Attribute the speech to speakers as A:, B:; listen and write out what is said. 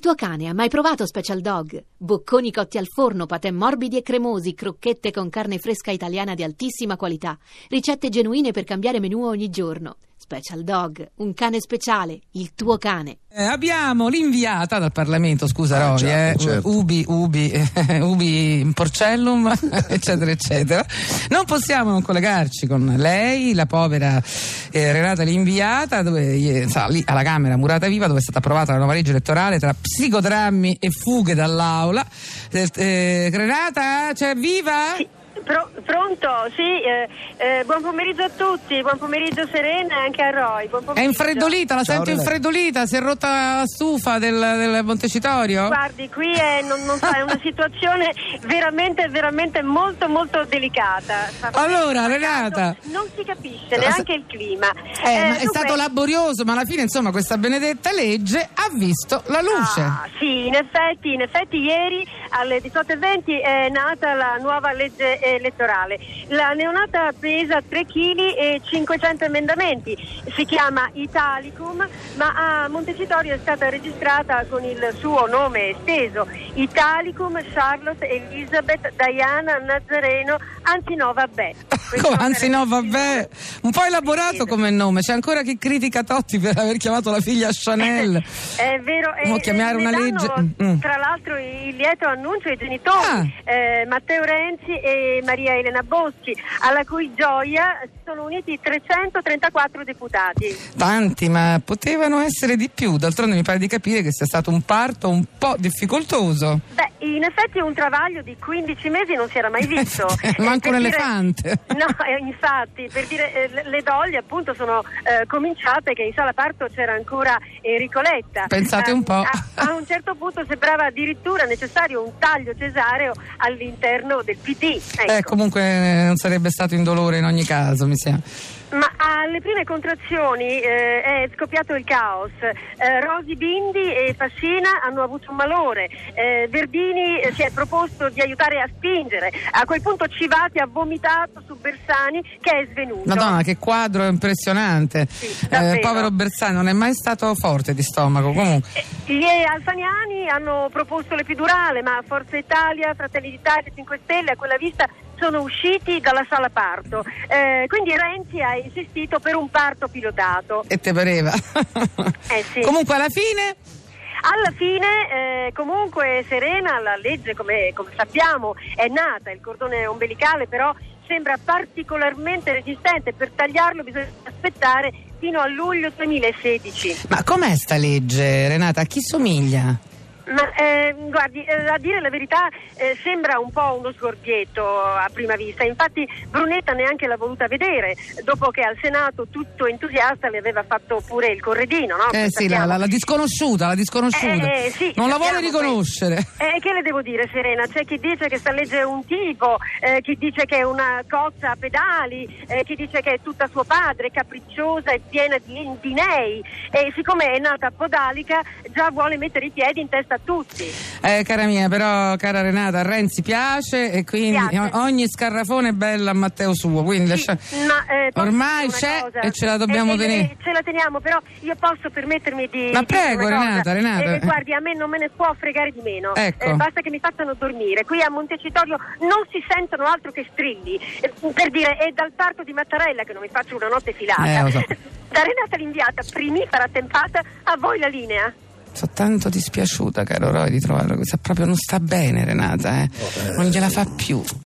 A: tuo cane ha mai provato Special Dog? Bocconi cotti al forno, patè morbidi e cremosi, crocchette con carne fresca italiana di altissima qualità, ricette genuine per cambiare menù ogni giorno. Special Dog, un cane speciale, il tuo cane.
B: Eh, abbiamo l'inviata dal Parlamento, scusa
C: Ah,
B: Rovi,
C: già,
B: eh,
C: certo.
B: Ubi, Ubi, eh, Ubi Porcellum, eccetera, eccetera. Non possiamo non collegarci con lei, la povera eh, Renata l'inviata, dove, eh, sa, lì alla Camera Murata Viva, dove è stata approvata la nuova legge elettorale tra psicodrammi e fughe dall'aula. Eh, eh, Renata, c'è viva?
D: Sì, pro- pronto, sì, eh, eh, buon pomeriggio a tutti, buon pomeriggio Serena e anche a Roy. buon
B: È
D: pomeriggio.
B: infreddolita, la
C: Ciao,
B: sento
C: Renata.
B: infreddolita, si è rotta la stufa del, del Montecitorio?
D: Guardi, qui è, non, non so, è una situazione veramente, veramente molto, molto delicata. Sta-
B: Allora,
D: sta-
B: Renata.
D: Non si capisce neanche il clima.
B: Eh, ma è
D: dunque-
B: stato laborioso, ma alla fine, insomma, questa benedetta legge ha visto la luce.
D: Ah, sì, in effetti, in effetti ieri alle 18.20 è nata la nuova legge elettorale. La neonata ha pesa 3 kg e 500 emendamenti, si chiama Italicum, ma a Montecitorio è stata registrata con il suo nome esteso, Italicum Charlotte Elizabeth Diana Nazareno Antinova Beth. Questo
B: Come, Anzi, no,
D: sarebbe-
B: vabbè, un po' elaborato
D: Sì.
B: come nome. C'è ancora chi critica Totti per aver chiamato la figlia Chanel.
D: È vero, eh,
B: Mo' chiamare
D: ne
B: una
D: danno,
B: legge. Mm.
D: Tra l'altro il lieto annuncio ai genitori
B: Ah.
D: eh, Matteo Renzi e Maria Elena Boschi, alla cui gioia si sono uniti 334 deputati.
B: Tanti, ma potevano essere di più. D'altronde, mi pare di capire che sia stato un parto un po' difficoltoso.
D: Beh, in effetti un travaglio di 15 mesi non si era mai visto.
B: Manco
D: Eh, per
B: un
D: dire-
B: elefante.
D: No, eh, infatti, per dire, eh, le- le doglie appunto sono eh, cominciate, che in sala parto c'era ancora Enrico Letta.
B: Pensate
D: Eh,
B: un po'.
D: A, a un certo punto sembrava addirittura necessario un taglio cesareo all'interno del PD. Ecco.
B: Eh, comunque, eh, non sarebbe stato indolore in ogni caso, mi sembra.
D: Ma alle prime contrazioni eh, è scoppiato il caos. Eh, Rosi Bindi e Fascina hanno avuto un malore. Eh, Verdini eh, si è proposto di aiutare a spingere. A quel punto Civati ha vomitato su Bersani che è svenuto.
B: Madonna, che quadro impressionante. Eh,
D: Sì, davvero.
B: povero Bersani, non è mai stato forte di stomaco. Comunque.
D: Eh, Gli alfaniani hanno proposto l'epidurale, ma Forza Italia, Fratelli d'Italia, 5 Stelle a quella vista sono usciti dalla sala parto. Eh, quindi Renzi ha insistito per un parto pilotato.
B: E te pareva.
D: Eh sì.
B: Comunque alla fine
D: Alla fine, eh, comunque, Serena, la legge, come, come sappiamo, è nata, il cordone ombelicale però sembra particolarmente resistente, per tagliarlo bisogna aspettare fino a luglio 2016.
B: Ma com'è sta legge, Renata? A chi somiglia?
D: Ma eh, guardi, eh, a dire la verità eh, sembra un po' uno sgorbietto a prima vista, infatti Brunetta neanche l'ha voluta vedere, dopo che al Senato tutto entusiasta le aveva fatto pure il corredino, no?
B: eh sì, la,
D: Sappiamo.
B: la- la disconosciuta, la disconosciuta.
D: Eh, eh, sì,
B: non la vuole
D: sappiamo questo.
B: riconoscere.
D: Eh, che le devo dire, Serena? C'è chi dice che sta legge è un tipo, eh, chi dice che è una cozza a pedali, eh, chi dice che è tutta suo padre, capricciosa e piena di, di nei. E siccome è nata a Podalica, già vuole mettere i piedi in testa a tutti.
B: Eh, cara mia, però, cara Renata, a Renzi piace e quindi
D: Piace.
B: o- ogni scarrafone è bella a Matteo suo. Quindi lascia-
D: Sì, ma, eh, posso
B: ormai
D: dire una
B: c'è
D: cosa?
B: e ce la dobbiamo
D: Eh, eh,
B: tenere.
D: eh, ce la teniamo, però io posso permettermi di.
B: Ma
D: di dire
B: prego,
D: una cosa.
B: Renata, Renata.
D: Eh, guardi, a me non me ne può fregare di meno.
B: Ecco.
D: Eh, basta che mi facciano dormire. Qui a Montecitorio non si sentono altro che strilli. Eh, per dire, è dal parto di Mattarella che non mi faccio una notte filata.
B: Eh, lo so.
D: Da Renata l'inviata, primipara tempata, a voi la linea.
B: Sono tanto dispiaciuta, caro Roy, di trovarlo. Questa proprio non sta bene, Renata, eh. Non gliela fa più.